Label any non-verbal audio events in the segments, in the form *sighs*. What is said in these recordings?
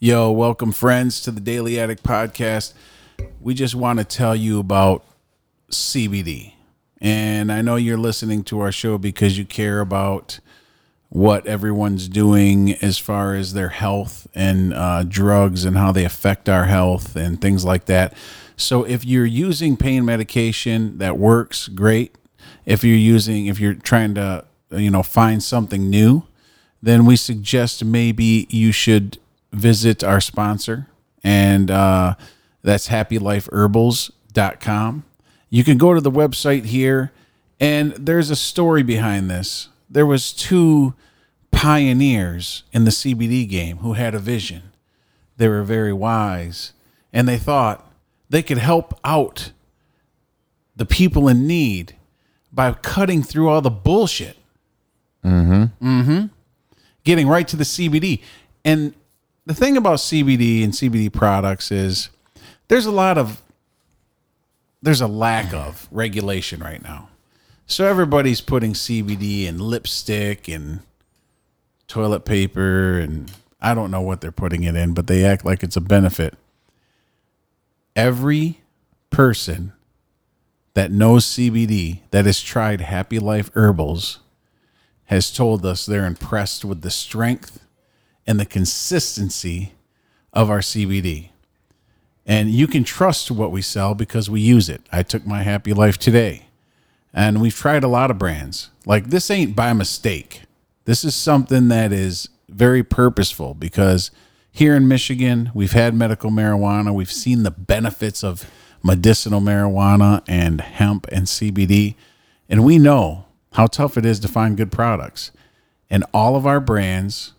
Yo, welcome, friends, to the Daily Attic Podcast. We just want to tell you about CBD. And I know you're listening to our show because you care about what everyone's doing as far as their health and uh, drugs and how they affect our health and things like that. So if you're using pain medication that works, great. If you're using, if you're trying to, you know, find something new, then we suggest maybe you should visit our sponsor, and uh, that's happylifeherbals.com. You can go to the website here, and there's a story behind this. There was two pioneers in the CBD game who had a vision. They were very wise, and they thought they could help out the people in need by cutting through all the bullshit getting right to the CBD. And the thing about CBD and CBD products is there's a lot of there's a lack of regulation right now. So everybody's putting CBD in lipstick and toilet paper and I don't know what they're putting it in, but they act like it's a benefit. Every person that knows CBD that has tried Happy Life Herbals has told us they're impressed with the strength and the consistency of our CBD. And you can trust what we sell because we use it. I took my happy life today. And we've tried a lot of brands. Like this ain't by mistake. This is something that is very purposeful because here in Michigan, we've had medical marijuana. We've seen the benefits of medicinal marijuana and hemp and CBD. And we know how tough it is to find good products. And all of our brands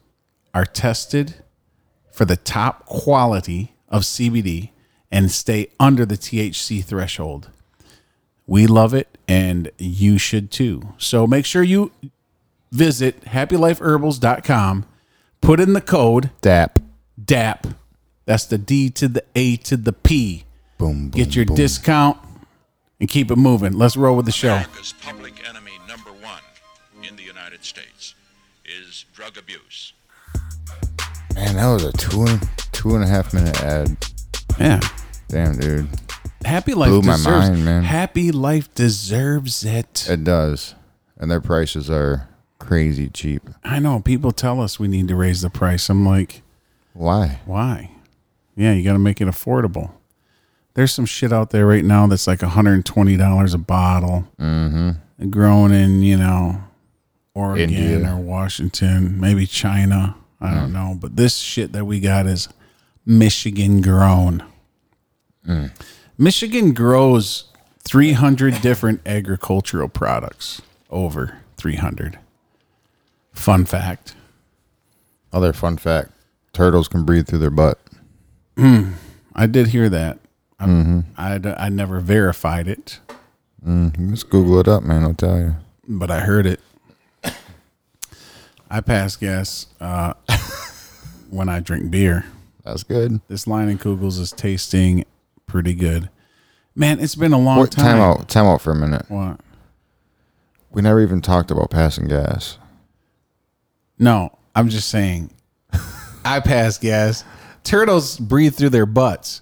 are tested for the top quality of CBD and stay under the THC threshold. We love it and you should too. So make sure you visit happylifeherbals.com, put in the code Dap. DAP. That's the D to the A to the P. Boom. boom Get your boom. discount and keep it moving. Let's roll with the show. America's public enemy number one in the United States is drug abuse. Man, that was a two and two and a half minute ad. Yeah. Damn, dude, Happy life Blew my deserves mind, man. Uh, Happy life deserves it. it does, and their prices are crazy cheap. I know people tell us we need to raise the price. I'm like, Why? why? Yeah, you got to make it affordable. There's some shit out there right now that's like $120 a bottle, mm-hmm. grown in you know Oregon India. or Washington, maybe China. I don't know, but this shit that we got is Michigan grown. Michigan grows 300 different agricultural products. Over 300. Fun fact. Other fun fact: turtles can breathe through their butt. I did hear that. Mm-hmm. I'm- I, d- I never verified it, Just Google it up, man. I'll tell you. but I heard it. I pass gas uh, *laughs* when I drink beer. That's good. This line in Kugels is tasting pretty good. Man, it's been a long What, time. time out. Time out for a minute. What? We never even talked about passing gas. No, I'm just saying. *laughs* I pass gas. Turtles breathe through their butts,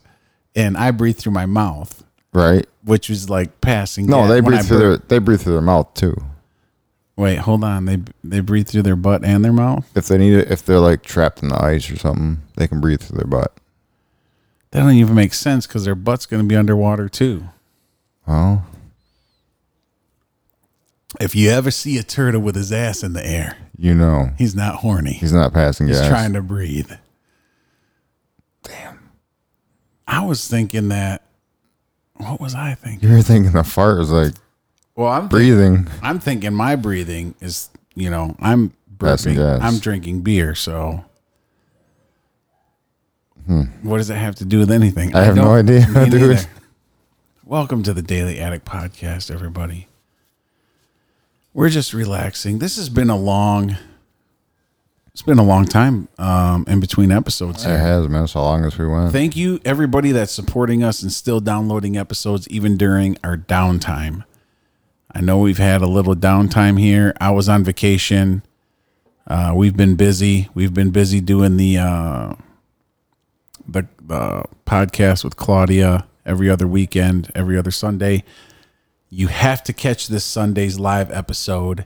and I breathe through my mouth, Right? which is like passing. No, gas they when I breathe through burp. their they breathe through their mouth too. Wait, hold on. They they breathe through their butt and their mouth. If they need it, if they're like trapped in the ice or something, they can breathe through their butt. That don't even make sense because their butt's going to be underwater too. Oh, If you ever see a turtle with his ass in the air, you know, he's not horny. He's, he's not passing gas. trying to breathe. Damn. I was thinking that. What was I thinking? You were thinking the fart was like Well, I'm breathing. breathing. I'm thinking my breathing is you know I'm Passing burping. gas. I'm drinking beer, so. What does that have to do with anything? Hmm. I have no don't- idea, *laughs* me dude. neither. Welcome to the Daily Attic Podcast, everybody. We're just relaxing. This has been a long. It's been a long time um, in between episodes. It here. has, man. That's how long as we went. Thank you, everybody that's supporting us and still downloading episodes even during our downtime. I know we've had a little downtime here. I was on vacation. Uh, we've been busy. We've been busy doing the uh, the, the podcast with Claudia every other weekend, every other Sunday. You have to catch this Sunday's live episode.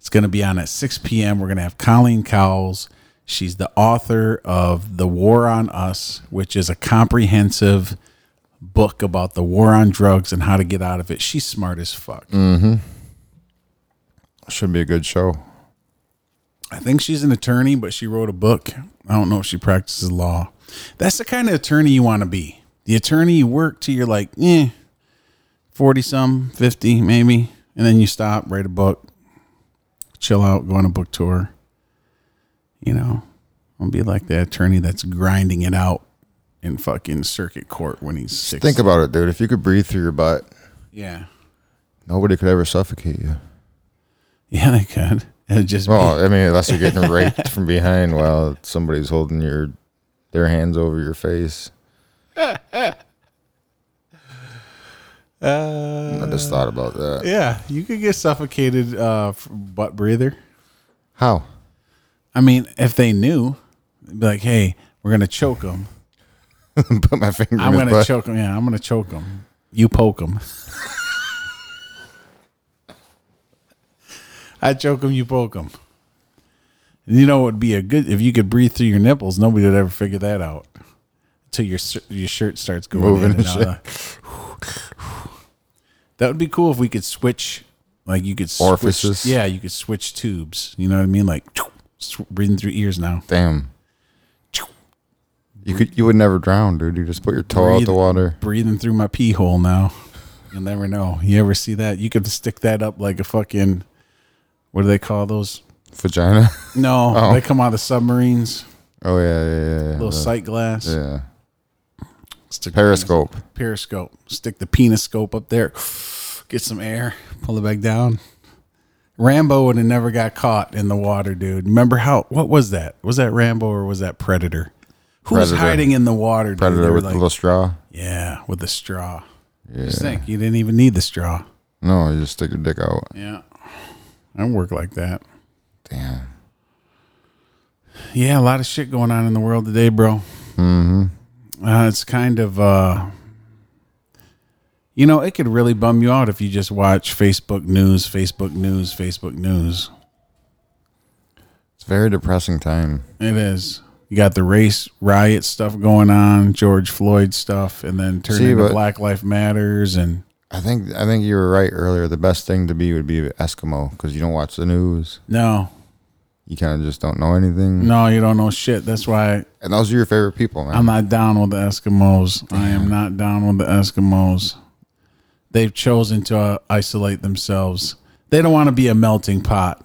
It's going to be on at 6 p.m. We're going to have Colleen Cowles. She's the author of The War on Us, which is a comprehensive book about the war on drugs and how to get out of it. She's smart as fuck. Should be a good show. I think she's an attorney, but she wrote a book. I don't know if she practices law. That's the kind of attorney you want to be. The attorney you work till you're like, eh, 40 some, 50 maybe. And then you stop, write a book, chill out, go on a book tour. You know, I'll be like the attorney that's grinding it out in fucking circuit court when he's six. Think about it, dude. If you could breathe through your butt, yeah. nobody could ever suffocate you. Yeah, they could. It'd just be- Well, I mean, unless you're getting raped from behind while somebody's holding your their hands over your face. I just thought about that. *laughs* yeah, you could get suffocated uh, f- butt breather. How? *laughs* I mean, if they knew, they'd be like, "Hey, we're gonna choke him. Put my finger I'm in gonna his butt. choke him. Yeah, I'm gonna choke him. You poke him. *laughs* I choke him. You poke him. And you know, it would be a good if you could breathe through your nipples. Nobody would ever figure that out until your s- your shirt starts going Moving in and and out of- That would be cool if we could switch. Like you could switch- Orifices? yeah, you could switch tubes. You know what I mean? Like sw- breathing through ears now. Damn. You could. You would never drown, dude. You just put your toe out Breathe- the water. breathing through my pee hole now. You'll never know. You ever see that? You could stick that up like a fucking what do they call those? Vagina. *laughs* No, Oh. they come out of submarines. Oh yeah, yeah, yeah. yeah. Little sight glass. yeah. Stick the Periscope. penis- periscope. Stick the peniscope up there. *sighs* Get some air. Pull it back down. Rambo would have never got caught in the water, dude. Remember how? What was that? Was that Rambo or was that Predator? Who was Predator. hiding in the water? Dude? They Predator were with like- a little straw. yeah, with the straw. Just think, you didn't even need the straw. No, you just stick your dick out. Yeah. I work like that. Damn. Yeah, a lot of shit going on in the world today, bro. Mm-hmm. Uh, it's kind of, uh, you know, it could really bum you out if you just watch Facebook news, Facebook news, Facebook news. It's a very depressing time. It is. You got the race riot stuff going on, George Floyd stuff, and then turn See, into but- Black Life Matters and I think I think you were right earlier. The best thing to be would be Eskimo because you don't watch the news. no, You kind of just don't know anything. no, you don't know shit. That's why And those are your favorite people, man. I'm not down with the Eskimos. I am not down with the Eskimos. They've chosen to uh, isolate themselves. They don't want to be a melting pot.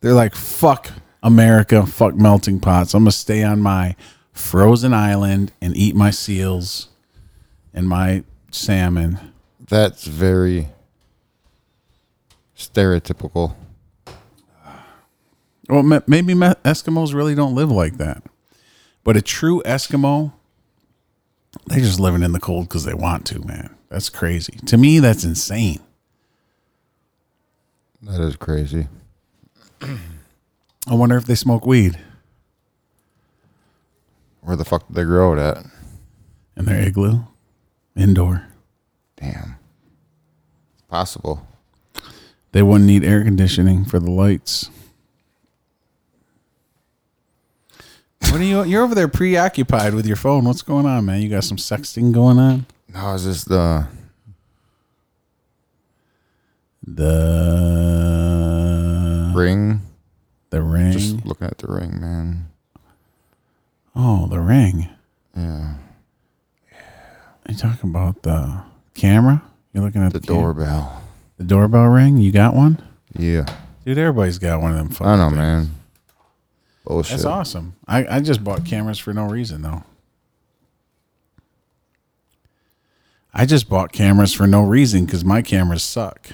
They're like, fuck America, fuck melting pots. I'm going to stay on my frozen island and eat my seals and my salmon. That's very stereotypical. Well, ma- maybe me- Eskimos really don't live like that. But a true Eskimo, they're just living in the cold because they want to, man. That's crazy. To me, that's insane. That is crazy. I wonder if they smoke weed Where the fuck did they grow it at? in their igloo, indoor. Damn. It's possible. They wouldn't need air conditioning for the lights. What are you? You're over there preoccupied with your phone. What's going on, man? You got some sexting going on? No, it's just uh The ring. the ring. Just looking at the ring, man. Oh, the ring. Yeah. Are you talking about the camera? You're looking at The the, cam- doorbell. the doorbell ring. You got one, Yeah. dude. Everybody's got one of them. I Phones. don't know, man. Bullshit. That's awesome. I, I just bought cameras for no reason though. I just bought cameras for no reason because my cameras suck,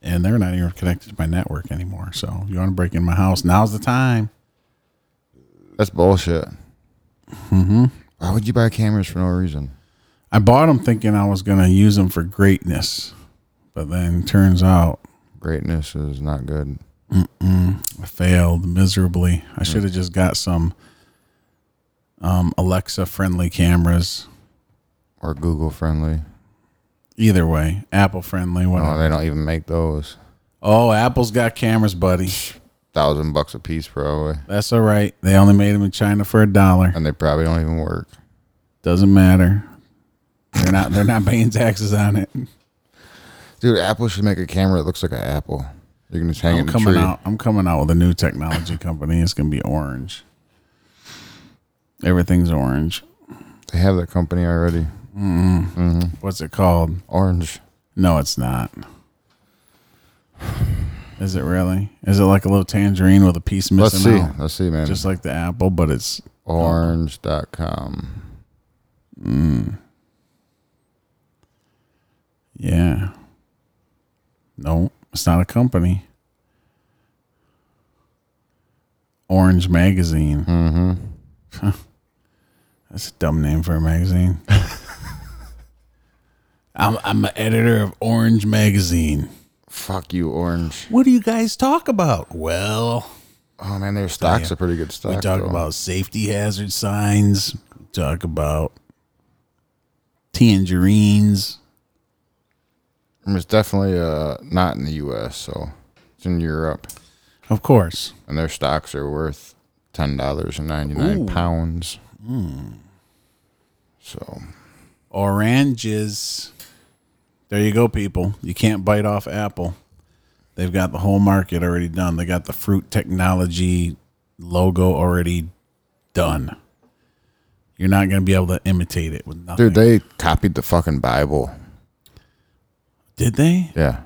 and they're not even connected to my network anymore. So if you want to break in my house? Now's the time. That's bullshit. Mm-hmm. Mm-hmm. Why would you buy cameras for no reason? I bought them thinking I was gonna use them for greatness, but then turns out Greatness is not good. I failed miserably. I should have just got some um, Alexa friendly cameras. or Google friendly. Either way, Apple friendly. Oh, Whatever. they don't even make those. Oh, Apple's got cameras, buddy. Thousand bucks a piece probably, That's all right. They only made them in China for a dollar. and they probably don't even work. Doesn't matter. They're not. They're not paying taxes on it. Dude, Apple should make a camera that looks like an apple. You can just hang I'm it in a coming tree. out. I'm coming out with a new technology company. It's gonna be orange. Everything's orange. They have that company already. What's it called? Orange. No, it's not. Is it really? Is it like a little tangerine with a piece Let's missing see. out? Let's see, man. Just like the apple, but it's Orange.com. yeah. No, it's not a company. Orange Magazine. Mm-hmm. That's a dumb name for a magazine. *laughs* I'm I'm the editor of Orange Magazine. Fuck you, Orange. What do you guys talk about? Well, Oh man, their stock's a pretty good stock. We talk though. about safety hazard signs. We talk about tangerines. I mean, it's definitely uh not in the U.S. So it's in Europe, Of course. and their stocks are worth ten dollars and ninety nine pounds. Hmm. So Oranges. There you go, people. You can't bite off Apple. They've got the whole market already done. They got the fruit technology logo already done. You're not going to be able to imitate it with nothing. dude, they copied the fucking Bible. Did they? Yeah,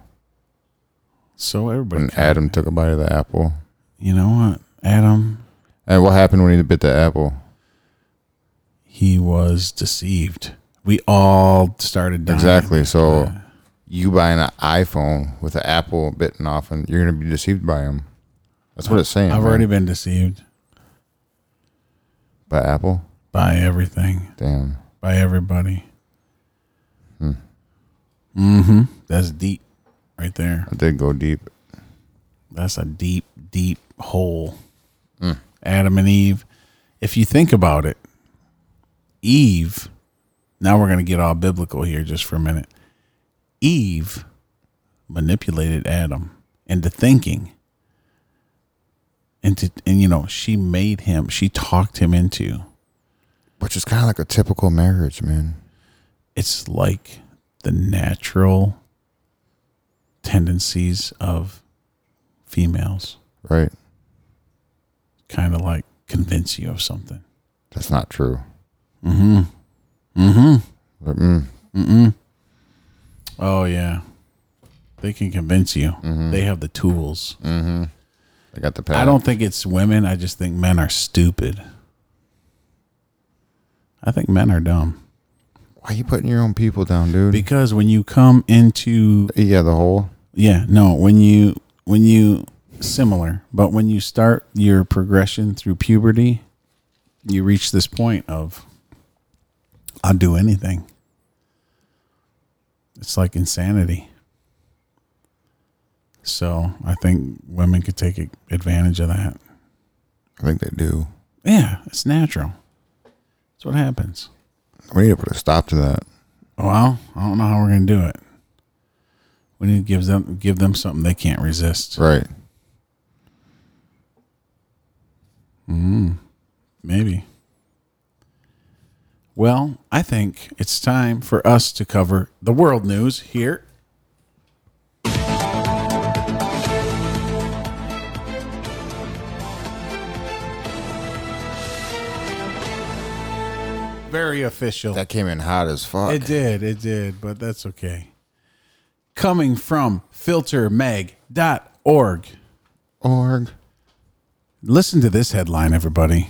So everybody, when Adam took a bite of the apple, you know what? Adam, and what happened when he bit the apple? he was deceived. We all started dying. Exactly. So you buying an iPhone with an apple bitten off, and you're gonna be deceived by him. That's what it's saying. I've man. already been deceived by Apple. by everything, Damn. by everybody. Mm-hmm. That's deep right there. I did go deep. That's a deep, deep hole. Adam and Eve. If you think about it, Eve, now we're going to get all biblical here just for a minute. Eve manipulated Adam into thinking into and you know she made him she talked him into Which is kind of like a typical marriage, man. it's like the natural tendencies of females Right? kind of like convince you of something That's not true. Mm-hmm. Mm-hmm. oh yeah Mm-hmm. they can convince you they have the tools I got the pad. i don't think it's women i just think men are stupid i think men are dumb Why are you putting your own people down, dude? because when you come into yeah, the whole. Yeah, no, when you when you similar, but when you start your progression through puberty, you reach this point of I'll do anything. It's like insanity. So, I think women could take a- advantage of that. I think they do. Yeah, it's natural. That's what happens. Oh, We need to put a stop to that. Well, I don't know how we're going to do it. We need to give them give them something they can't resist. Right. Maybe. Well, I think it's time for us to cover the world news here. Very official. That came in hot as fuck. It did, it did, but that's okay. Coming from filtermeg.org. Org. Listen to this headline, everybody.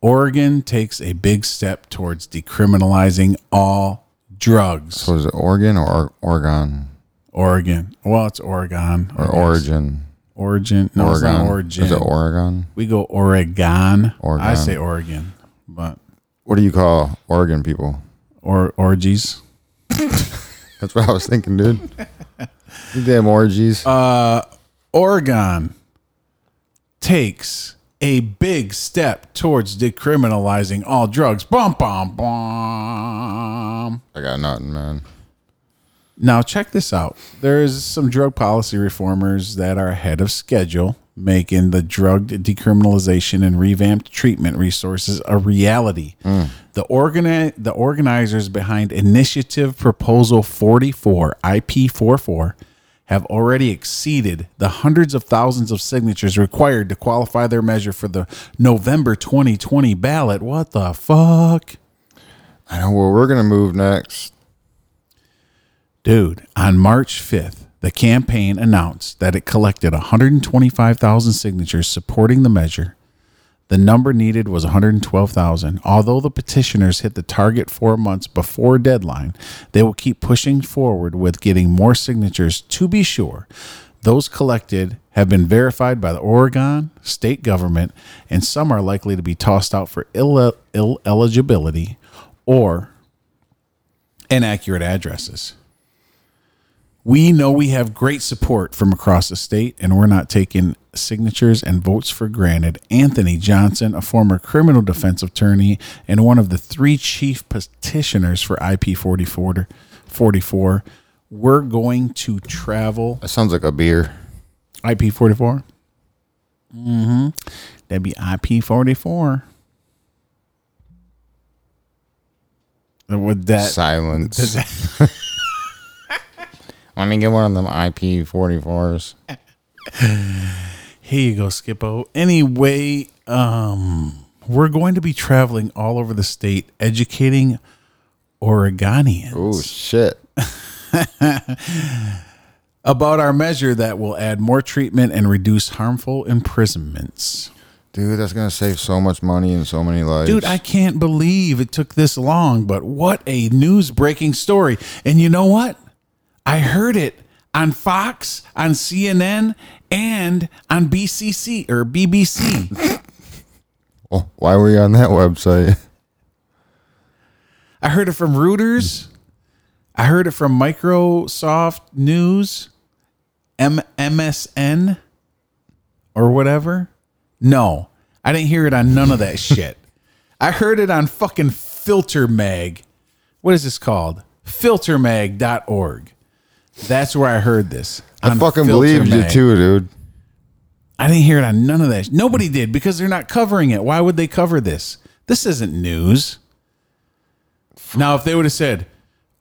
Oregon takes a big step towards decriminalizing all drugs. So is it Oregon or Oregon Oregon. Well, it's Oregon. or Origin? Origin. No, it's Oregon. not origin. Is it Oregon? we go Oregon. Oregon. I say Oregon, but What do you call Oregon people? or orgies. That's what I was thinking, *laughs* dude. Uh, You damn orgies. Oregon takes a big step towards decriminalizing all drugs. Bum, bum, bum. I got nothing, man. Now, check this out. There's some drug policy reformers that are ahead of schedule, making the drug decriminalization and revamped treatment resources a reality. The, organi- the organizers behind Initiative Proposal 44, IP44, have already exceeded the hundreds of thousands of signatures required to qualify their measure for the November 2020 ballot. What the fuck? I know where we're gonna move next. Dude, on March 5th, the campaign announced that it collected 125,000 signatures supporting the measure. The number needed was 112,000. Although the petitioners hit the target four months before deadline, they will keep pushing forward with getting more signatures to be sure. Those collected have been verified by the Oregon state government, and some are likely to be tossed out for Ill, Ill eligibility or inaccurate addresses. We know we have great support from across the state, and we're not taking signatures and votes for granted. Anthony Johnson, a former criminal defense attorney and one of the three chief petitioners for IP 44, 44 we're going to travel That sounds like a beer. IP 44. Mm-hmm. That'd be IP 44. And Would Uh, that Silence. *laughs* Let me get one of them IP forty fours. Here you go, Skippo. Anyway, um, we're going to be traveling all over the state educating Oregonians Oh shit. about our measure that will add more treatment and reduce harmful imprisonments. Dude, that's gonna save so much money and so many lives. Dude, I can't believe it took this long, but what a news breaking story. And you know what? I heard it on Fox, on CNN, and on BCC or BBC. Oh, why were you on that website? I heard it from Reuters. I heard it from Microsoft News, M- MSN, or whatever. No, I didn't hear it on none of that shit. I heard it on fucking Filter Mag. What is this called? Filtermag.org. That's where I heard this. I on fucking Filter believed you Mag. too, dude. I didn't hear it on none of that. Nobody did because they're not covering it. Why would they cover this? This isn't news. Now, if they would have said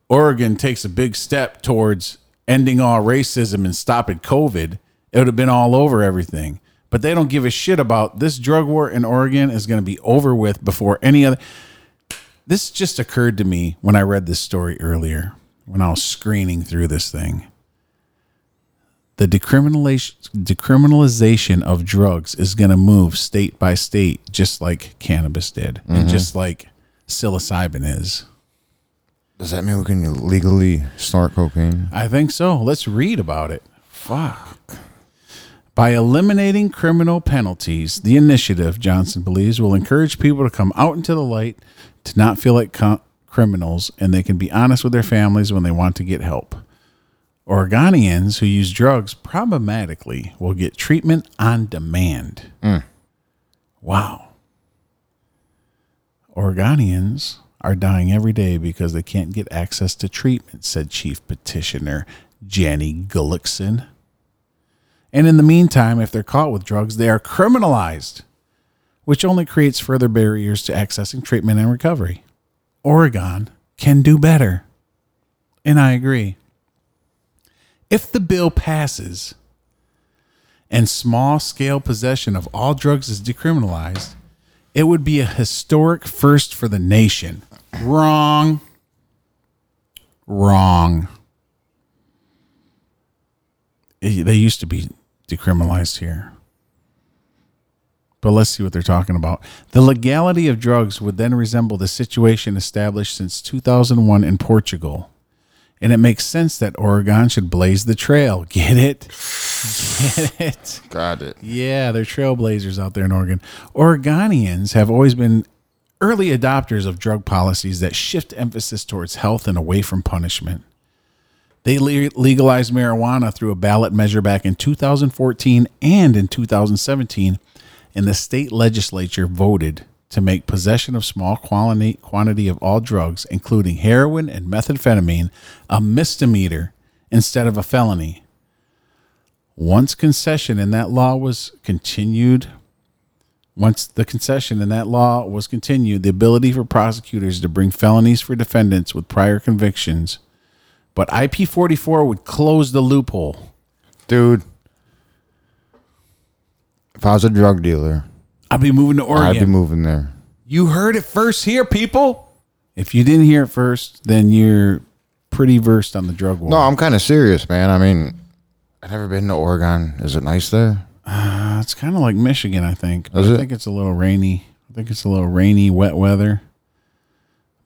Oregon takes a big step towards ending all racism and stopping COVID, it would have been all over everything. But they don't give a shit about this drug war in Oregon is going to be over with before any other. This just occurred to me when I read this story earlier when I was screening through this thing. The decriminalization, decriminalization of drugs is going to move state by state, just like cannabis did, and just like psilocybin is. Does that mean we can legally snort cocaine? I think so. Let's read about it. Fuck. By eliminating criminal penalties, the initiative, Johnson believes, will encourage people to come out into the light, to not feel like co- criminals, and they can be honest with their families when they want to get help. Oregonians who use drugs problematically will get treatment on demand. Wow. Oregonians are dying every day because they can't get access to treatment, said Chief Petitioner Jenny Gullickson. And in the meantime, if they're caught with drugs, they are criminalized, which only creates further barriers to accessing treatment and recovery. Oregon can do better. And I agree. If the bill passes and small scale possession of all drugs is decriminalized, it would be a historic first for the nation. Wrong. Wrong. Eh, They used to be decriminalized here. But let's see what they're talking about. The legality of drugs would then resemble the situation established since 2001 in Portugal. And it makes sense that Oregon should blaze the trail. *laughs* Get it? Get it? Got it. Yeah, they're trailblazers out there in Oregon. Oregonians have always been early adopters of drug policies that shift emphasis towards health and away from punishment. They le- legalized marijuana through a ballot measure back in 2014 and in 2017 and the state legislature voted to make possession of small quantity, quantity of all drugs, including heroin and methamphetamine, a misdemeanor instead of a felony. Once concession in that law was continued, once the concession in that law was continued, the ability for prosecutors to bring felonies for defendants with prior convictions, but IP 44 would close the loophole. dude. If I was a drug dealer, I'd be moving to Oregon. I'd be moving there. you heard it first here, people. If you didn't hear it first, then you're pretty versed on the drug war. No, I'm kind of serious, man. I mean, I've never been to Oregon. Is it nice there? Uh, it's kind of like Michigan, I think. Is I it? think it's a little rainy. I think it's a little rainy, wet weather.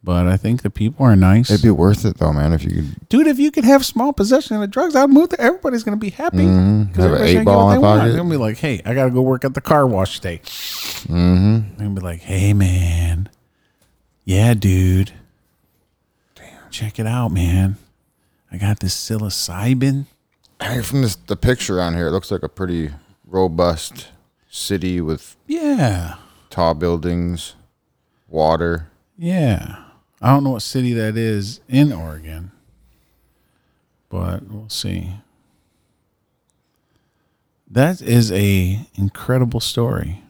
But I think the people are nice. It'd be worth it though, man. If you could Dude, if you could have small possession of the drugs, I'd move there. Everybody's going to be happy. Because Mm-hmm. Have an eight ball in pocket. They're going to be like, hey, I got to go work at the car wash today. Mm-hmm. They're going to be like, hey, man. Yeah, dude. Damn. Check it out, man. I got this psilocybin. Hey, from this, the picture on here, it looks like a pretty robust city with Yeah. tall buildings, water. Yeah. I don't know what city that is in Oregon, but we'll see. That is a incredible story.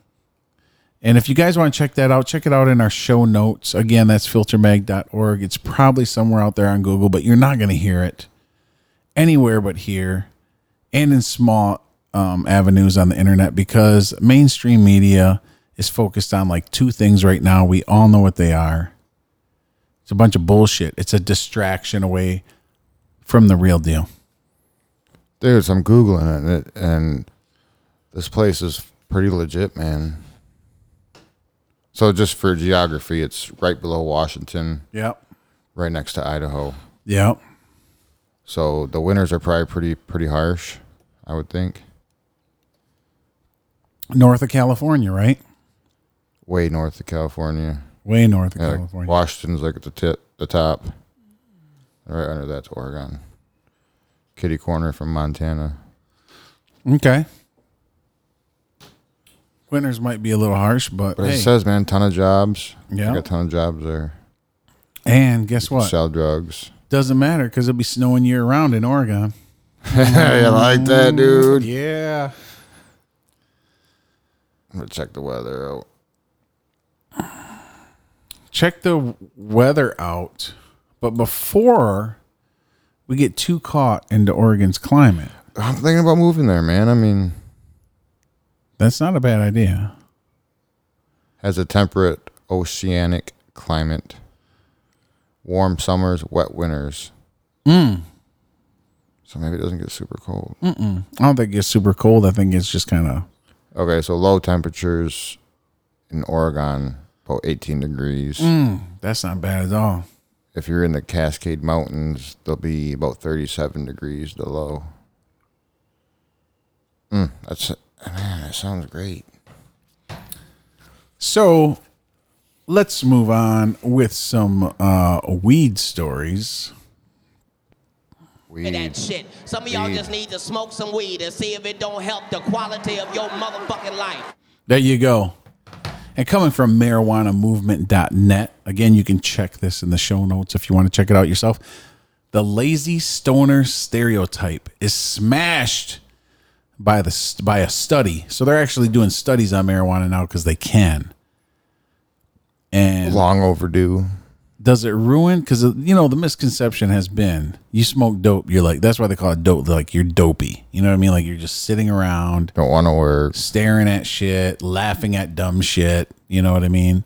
And if you guys want to check that out, check it out in our show notes. Again, that's filtermag.org. It's probably somewhere out there on Google, but you're not going to hear it anywhere but here and in small um, avenues on the internet because mainstream media is focused on like two things right now. We all know what they are. It's a bunch of bullshit. It's a distraction away from the real deal. Dude, so I'm googling it, and, it, and this place is pretty legit, man. So just for geography, it's right below Washington, Yep. right next to Idaho. Yep. So the winters are probably pretty pretty harsh, I would think. North of California, right? Way north of California. Way north of Yeah, like, California. Washington's like at the tip, the top. Right under that's Oregon. Kitty corner from Montana. Okay. Winters might be a little harsh, but, But hey. it says, man, ton of jobs. Yeah. Yeah, got a ton of jobs there. and guess what? Sell drugs. *laughs* Doesn't matter because it'll be snowing year round in Oregon. hey, I like that, dude. Yeah. I'm gonna check the weather out. check the weather out, but before we get too caught into Oregon's climate, I'm thinking about moving there, man. I mean, that's not a bad idea. has a temperate oceanic climate, warm summers, wet winters. Hmm. Mm. So maybe it doesn't get super cold. I don't think it's super cold. I think it's just kind of Okay, so low temperatures in Oregon, about 18 degrees. Mm. that's not bad at all. If you're in the Cascade Mountains, they'll be about 37 degrees the low. Mm, that's man, that sounds great. So let's move on with some uh, weed stories. to Weed. that shit. Some of y'all Weed. just need to smoke some weed and see if it don't help the quality of your motherfucking life. There you go. And coming from marijuanamovement.net, again, you can check this in the show notes if you want to check it out yourself. The lazy stoner stereotype is smashed by the by a study. So they're actually doing studies on marijuana now because they can. And Long overdue. does it ruin? Because you know the misconception has been you smoke dope, you're like that's why they call it dope. They're like you're dopey. You know what I mean? Like you're just sitting around Don't want to work. staring at shit, laughing at dumb shit. You know what I mean?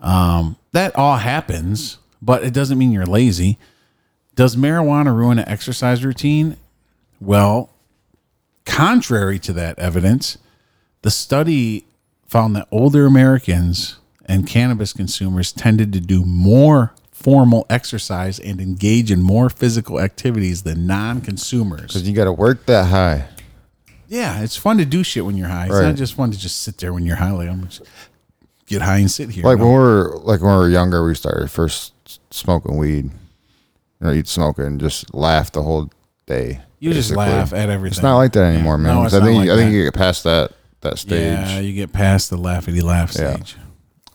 Um, that all happens, but it doesn't mean you're lazy. Does marijuana ruin an exercise routine? Well, contrary to that evidence, the study found that older Americans and cannabis consumers tended to do more formal exercise and engage in more physical activities than non-consumers. You got to work that high. Yeah, it's fun to do shit when you're high. It's not Right. just fun to just sit there when you're high. Like, I'm just get high and sit here. Like No. when we were like when we were younger, we started first s- smoking weed. You know, you'd smoke it and just laugh the whole day. you just basically. laugh at everything. It's not like that anymore, man. No, it's 'cause I not think like I think that. you get past that that stage, Yeah, you get past the laughy laugh Yeah. stage.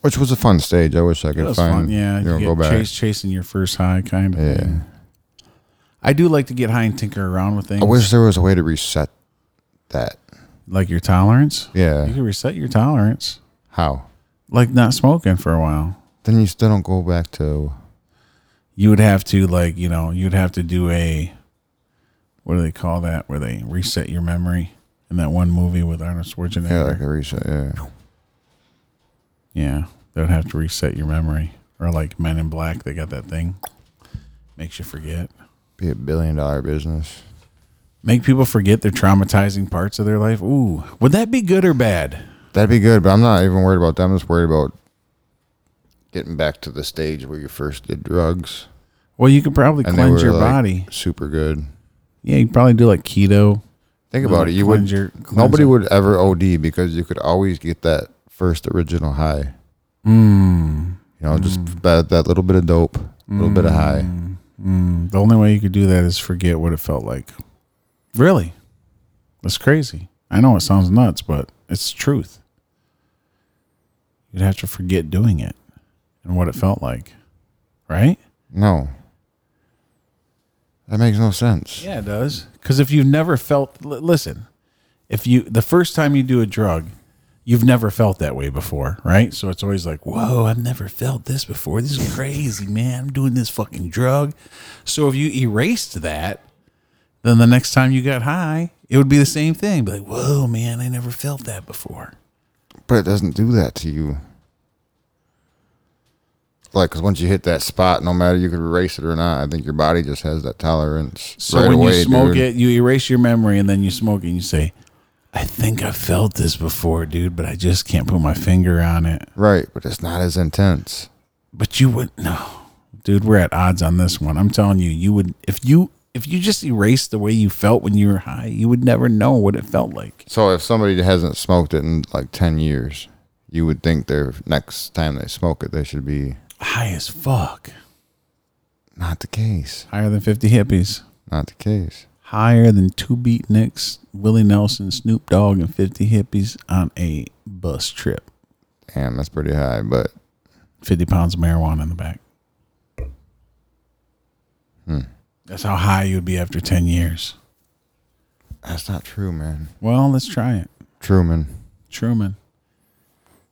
which was a fun stage. I wish I It could was find. fun. Yeah, you know, get go back. Chase, chasing your first high, kind of. Yeah. I do like to get high and tinker around with things. I wish there was a way to reset that. like your tolerance. Yeah. you can reset your tolerance, How? like not smoking for a while. Then you still don't go back to. you would have to like you know you'd have to do a what do they call that where they reset your memory in that one movie with Arnold Yeah, like Schwarzenegger. a reset. Yeah. Yeah, they'd have to reset your memory or like Men in Black. They got that thing makes you forget, Be a billion dollar business. make people forget their traumatizing parts of their life. Ooh, would that be good or bad? That'd be good, but I'm not even worried about that. I'm just worried about getting back to the stage where you first did drugs. Well, you could probably And cleanse your like, body. Super good. Yeah, you could probably do like keto. Think Well, about it. You would. cleanse your- cleanse nobody it. would ever OD because you could always get that first original high. Hmm. You know, just that, that little bit of dope, a little bit of high. Hmm. The only way you could do that is forget what it felt like. Really? That's crazy. I know it sounds nuts, but it's truth. You'd have to forget doing it and what it felt like. Right? No, that makes no sense. Yeah, it does. Because if you've never felt, l- listen, if you, the first time you do a drug, you've never felt that way before, right? So it's always like, whoa, I've never felt this before. This is crazy, man. I'm doing this fucking drug. So if you erased that, then the next time you got high, it would be the same thing. Be like, whoa, man, I never felt that before. But it doesn't do that to you. Like, 'cause once you hit that spot, no matter you could erase it or not, I think your body just has that tolerance. So right when away, you smoke dude. it, you erase your memory and then you smoke it and you say, I think I felt this before, dude, but I just can't put my finger on it. right? But it's not as intense. But you would no, dude. We're at odds on this one. I'm telling you, you would if you if you just erased the way you felt when you were high, you would never know what it felt like. So if somebody hasn't smoked it in like ten years, you would think their next time they smoke it, they should be High as fuck. not the case. Higher than 50 hippies. Not the case. Higher than two beatniks, Willie Nelson, Snoop Dogg, and 50 hippies on a bus trip. Damn, that's pretty high. But 50 pounds of marijuana in the back. That's how high you would be after 10 years. that's not true, man. Well, let's try it. Truman. Truman.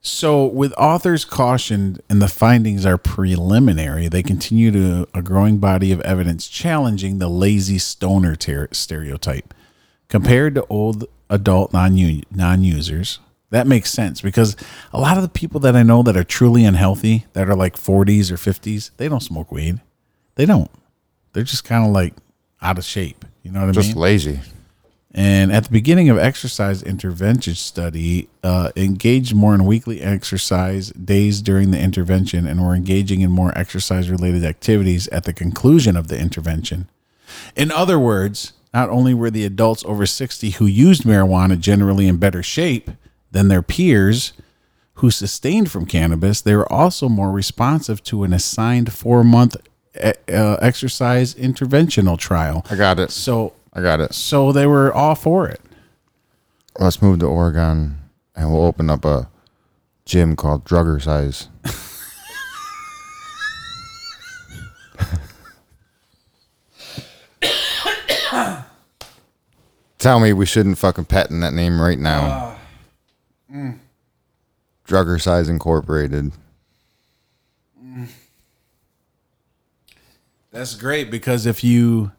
So, with authors cautioned and the findings are preliminary, they continue to a growing body of evidence challenging the lazy stoner ter- stereotype. Compared to old adult non non users, that makes sense because a lot of the people that I know that are truly unhealthy, that are like 40s or 50s, they don't smoke weed. They don't. They're just kind of like out of shape. You know what I mean? Just lazy. And at the beginning of exercise intervention study, uh, engaged more in weekly exercise days during the intervention and were engaging in more exercise related activities at the conclusion of the intervention. In other words, not only were the adults over 60 who used marijuana generally in better shape than their peers who sustained from cannabis, they were also more responsive to an assigned four month uh, exercise interventional trial. I got it. So I got it. so they were all for it. Let's move to Oregon and we'll open up a gym called Drugger Size. Tell me we shouldn't fucking patent that name right now. Mm. Drugger Size Incorporated. That's great because if you,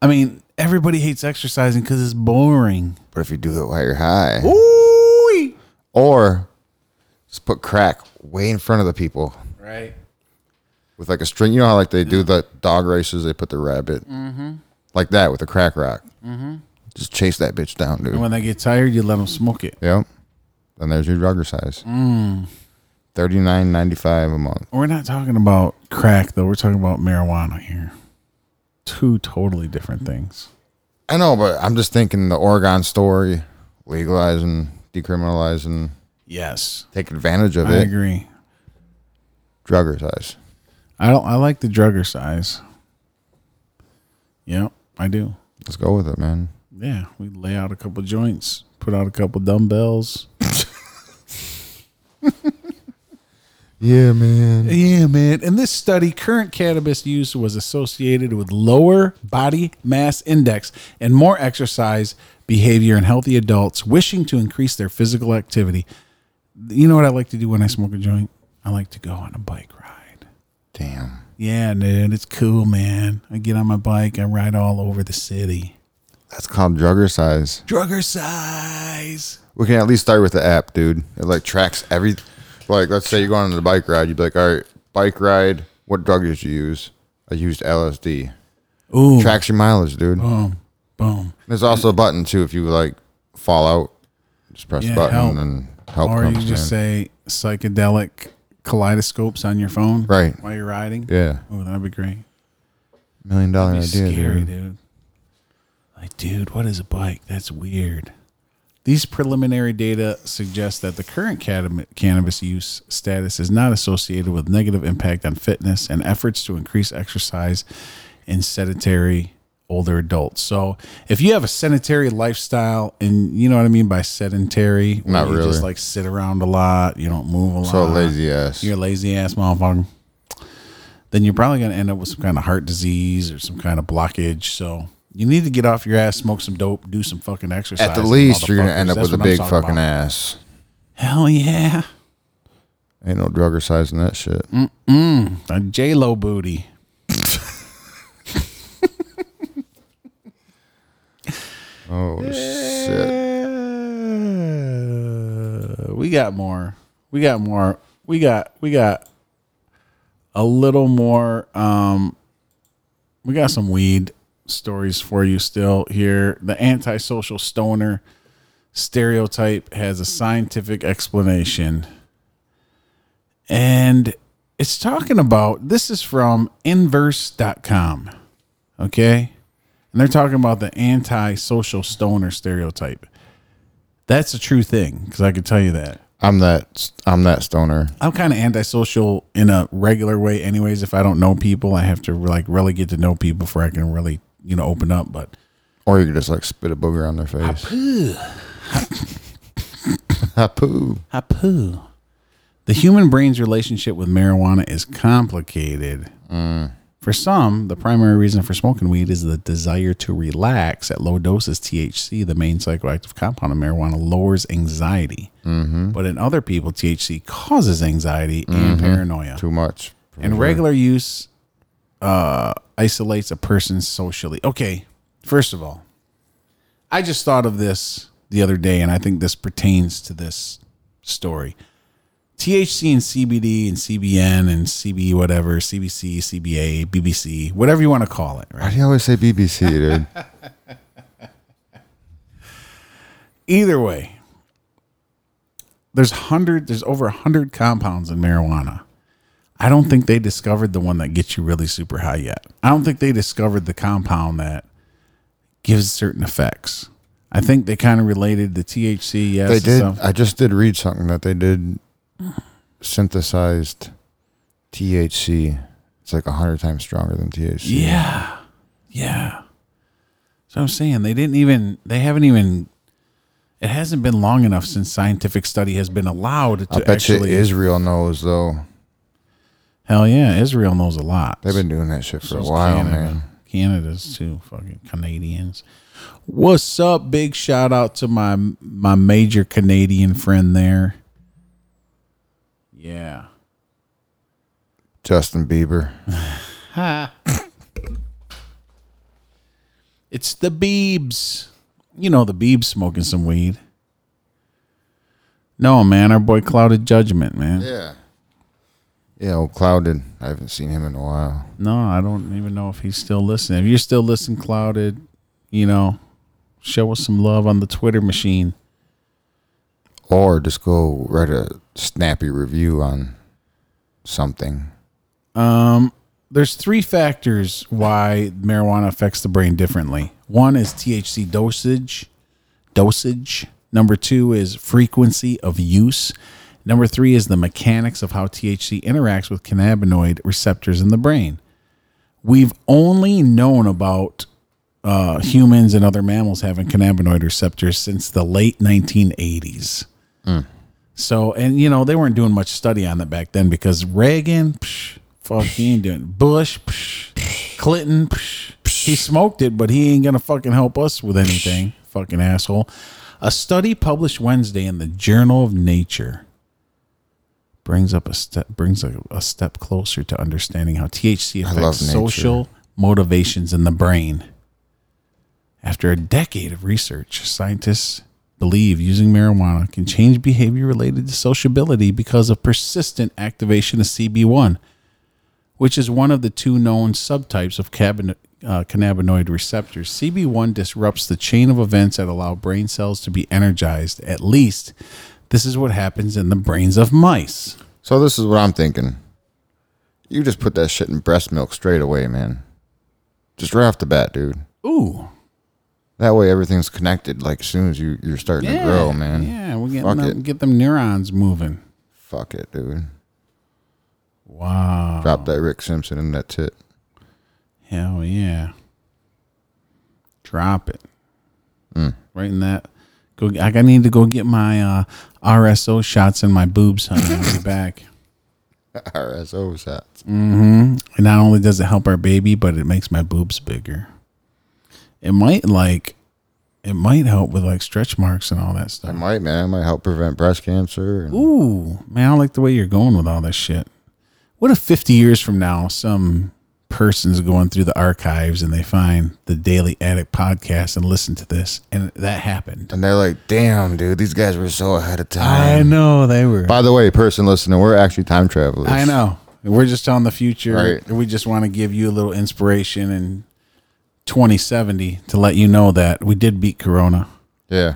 I mean, everybody hates exercising because it's boring. But if you do it while you're high, Ooh, or just put crack way in front of the people. right. with like a string. You know how like they do the dog races? They put the rabbit like that with a crack rock. Mm-hmm. Just chase that bitch down, dude. And when they get tired, you let them smoke it, Yep. Then there's your drugger size. Thirty nine ninety five a month. We're not talking about crack though. We're talking about marijuana here. Two totally different things. I know, but I'm just thinking the Oregon story, legalizing, decriminalizing, Yes, take advantage of I it. agree. Drugger size. I don't. I like the drugger size. Yep, I do. Let's go with it, man. Yeah, we lay out a couple joints, Put out a couple dumbbells. Yeah, man. Yeah, man. In this study, current cannabis use was associated with lower body mass index and more exercise behavior in healthy adults wishing to increase their physical activity. You know what I like to do when I smoke a joint? I like to go on a bike ride. Damn. Yeah, dude, it's cool, man. I get on my bike, I ride all over the city. That's called drugger size. Drugger size. We can at least start with the app, dude. It like tracks every. Like, let's say you're going on the bike ride. You'd be like, all right, bike ride. What drug did you use? I used LSD. Ooh, Tracks your mileage, dude. boom, boom. There's also a button too if you like fall out. Just press Yeah, the button help. and help Or you comes just in. say psychedelic kaleidoscopes on your phone Right. while you're riding. yeah, Oh, that'd be great. million dollar Be idea, scary, dude. dude. Like, dude, what is a bike? That's weird. These preliminary data suggest that the current cannab- cannabis use status is not associated with negative impact on fitness and efforts to increase exercise in sedentary older adults. So, if you have a sedentary lifestyle, and you know what I mean by sedentary, where Not you really. just like sit around a lot, you don't move a So lot, lazy ass. you're a lazy ass motherfucker, then you're probably going to end up with some kind of heart disease or some kind of blockage. So you need to get off your ass, smoke some dope, do some fucking exercise. At the least, you're gonna end motherfuckers. up That's with a what I'm big talking fucking about. ass. Hell yeah. Ain't no drugger size in that shit. Mm. A J Lo booty. Oh shit! Uh, we got more. We got more. We got we got a little more um we got some weed stories for you still here. The antisocial stoner stereotype has a scientific explanation. And it's talking about this is from inverse.com. Okay? And they're talking about the anti-social stoner stereotype. That's a true thing because I could tell you that. I'm that. I'm that stoner. I'm kind of antisocial in a regular way, anyways. If I don't know people, I have to like really get to know people before I can really, you know, open up. But Or you could just like spit a booger on their face. *laughs* Hapu. I poo. The human brain's relationship with marijuana is complicated. For some, the primary reason for smoking weed is the desire to relax. At low doses, THC, the main psychoactive compound of marijuana, lowers anxiety. But in other people, THC causes anxiety and paranoia. Too much. And regular use uh, isolates a person socially. Okay, first of all, I just thought of this the other day, and I think this pertains to this story. THC and CBD and CBN and CB whatever, CBC, CBA, BBC, whatever you want to call it, right? Why do you always say *laughs* BBC, dude? Either way, there's hundred, there's over a hundred compounds in marijuana. I don't think they discovered the one that gets you really super high yet. I don't think they discovered the compound that gives certain effects. I think they kind of related the THC, yes, they and did. stuff. I just did read something that they did synthesized THC. It's like a hundred times stronger than THC. Yeah. Yeah. So I'm saying they didn't even they haven't even it hasn't been long enough since scientific study has been allowed to I bet actually you Israel knows though. Hell yeah, Israel knows a lot. They've been doing that shit for So's a while, Canada. man. Canada's too fucking Canadians. What's up? Big shout out to my my major Canadian friend there. Yeah. *laughs* Justin Bieber. It's the Beebs. You know the Beebs smoking some weed. No, man, our boy Clouded Judgment, man. Yeah. Yeah, old Clouded. I haven't seen him in a while. No, I don't even know if he's still listening. If you're still listening, Clouded, you know, show us some love on the Twitter machine. Or just go write a snappy review on something. there's three factors why marijuana affects the brain differently. One is THC dosage, dosage. Number two is frequency of use. Number three is the mechanics of how THC interacts with cannabinoid receptors in the brain. We've only known about uh, humans and other mammals having cannabinoid receptors since the late 1980s. So, and you know, they weren't doing much study on it back then because Reagan, psh, fuck, he ain't doing it. Bush, psh, Clinton, psh, he smoked it, but he ain't gonna fucking help us with anything. Fucking asshole. A study published Wednesday in the Journal of Nature brings up a step brings a, a step closer to understanding how THC love affects nature. social motivations in the brain. After a decade of research, scientists believe using marijuana can change behavior related to sociability because of persistent activation of CB1, which is one of the two known subtypes of cabin- uh, cannabinoid receptors. CB1 disrupts the chain of events that allow brain cells to be energized. At least, this is what happens in the brains of mice. So this is what I'm thinking. You just put that shit in breast milk straight away, man. Just right off the bat, dude. Ooh. That way everything's connected. Like as soon as you you're starting to grow, man. Yeah, we're Mm. Fuck getting them, it. get them neurons moving. Fuck it, dude. Wow. Drop that Rick Simpson and that's *laughs* it. Hell yeah. Drop it. Right in that. Go. I I need to go get my uh, RSO shots in my boobs, honey. I'll be back. RSO shots. And not only does it help our baby, but it makes my boobs bigger. It might like, it might help with like stretch marks and all that I stuff. might, man. I might help prevent breast cancer. And Mm. Ooh, man, I like the way you're going with all this shit. What if 50 years from now, some person's going through the archives and they find the Daily Addict podcast and listen to this, and that happened. Um, and they're like, damn, dude, these guys were so ahead of time. I know they were. By the way, person listening, we're actually time travelers. I know. We're just on the future. Right. We just want to give you a little inspiration in 2070 to let you know that we did beat Corona. Yeah.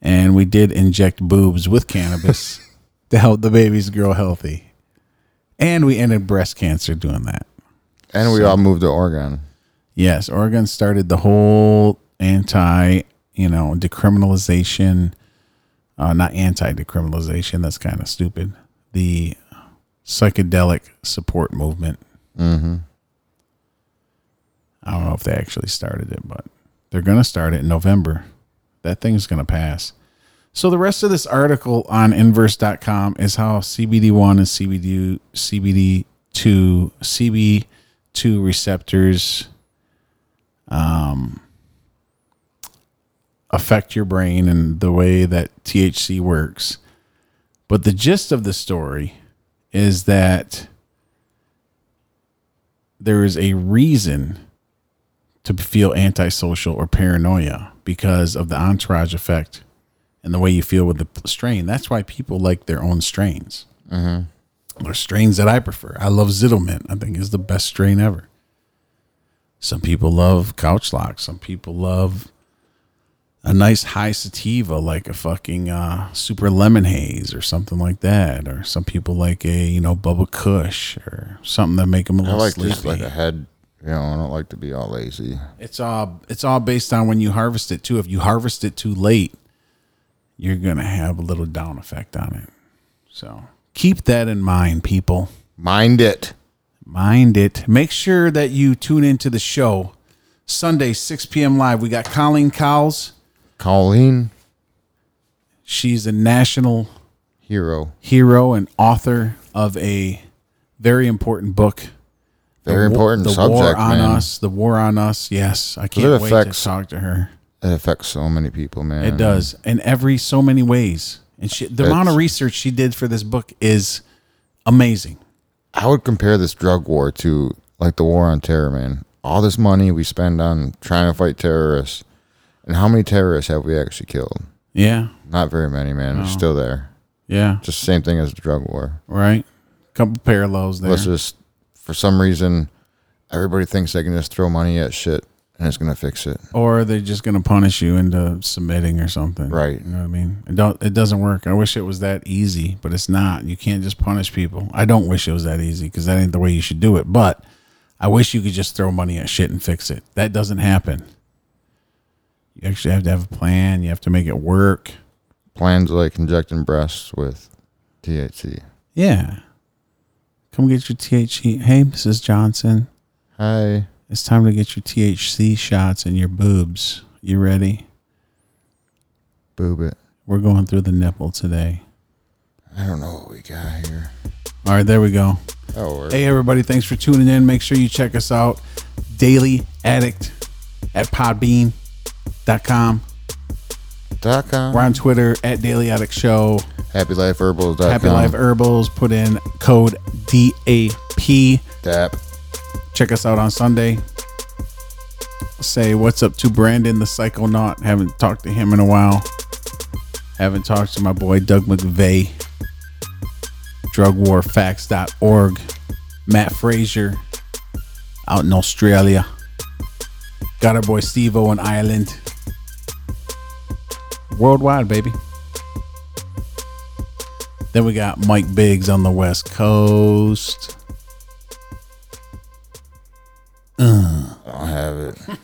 and we did inject boobs with *laughs* cannabis to help the babies grow healthy. And we ended breast cancer doing that. And we all moved to Oregon. Yes, Oregon started the whole anti, you know, decriminalization, uh, not anti decriminalization, that's kind of stupid. The psychedelic support movement. Mm-hmm. I don't know if they actually started it, but they're going to start it in November. That thing's going to pass. So the rest of this article on inverse.com is how CBD1 and CBD CBD2 CB2 receptors affect your brain and the way that THC works. But the gist of the story is that there is a reason to feel antisocial or paranoia because of the entourage effect and the way you feel with the strain. That's why people like their own strains. Mm-hmm. There's strains that I prefer. I love Zittelmint. I think is the best strain ever. Some people love couch lock. Some people love a nice high sativa, like a fucking uh, super lemon haze or something like that. Or some people like a you know Bubba Kush or something that make them a I little like sleepy. just like a head. You know, I don't like to be all lazy. It's all it's all based on when you harvest it too. If you harvest it too late, you're gonna have a little down effect on it. So keep that in mind, people. Mind it. Mind it. Make sure that you tune into the show Sunday, 6 p.m. live. We got Colleen Cowles. Colleen She's a national Hero. hero and author of a very important book. Very The Wa- important the War subject, on man. Us. The War on Us. Yes, I it can't wait to affects- talk to her. It affects so many people, man. It does in every so many ways. And she, the amount of research she did for this book is amazing. I would compare this drug war to like the war on terror, man. All this money we spend on trying to fight terrorists, and how many terrorists have we actually killed? Yeah, Not very many, man. It's still there. yeah, Just same thing as the drug war. right. Couple parallels there. Let's just, for some reason, everybody thinks they can just throw money at shit and it's gonna fix it. or they're just going to punish you into submitting or something. Right. You know what I mean? It don't it doesn't work. I wish it was that easy, but it's not. You can't just punish people. I don't wish it was that easy cuz that ain't the way you should do it, but I wish you could just throw money at shit and fix it. That doesn't happen. You actually have to have a plan. You have to make it work. Plans like injecting breasts with THC. Yeah. Come get your THC. Hey, Mrs. Johnson. Hi. It's time to get your THC shots and your boobs. You ready? Boob it. We're going through the nipple today. I don't know what we got here. Oh, All right, there we go. That'll work. Hey, everybody, thanks for tuning in. Make sure you check us out Daily Addict at podbean.com. Dot com. We're on Twitter at Daily Addict Show. HappyLifeHerbals.com. Happy Life Herbals. Put in code DAP. Dap. Check us out on Sunday. Say what's up to Brandon the Psychonaut. Haven't talked to him in a while. Haven't talked to my boy Doug McVeigh. Drugwarfacts.org. Matt Frazier out in Australia. Got our boy Steve O in Ireland. Worldwide, baby. Then we got Mike Biggs on the West Coast. I don't have it.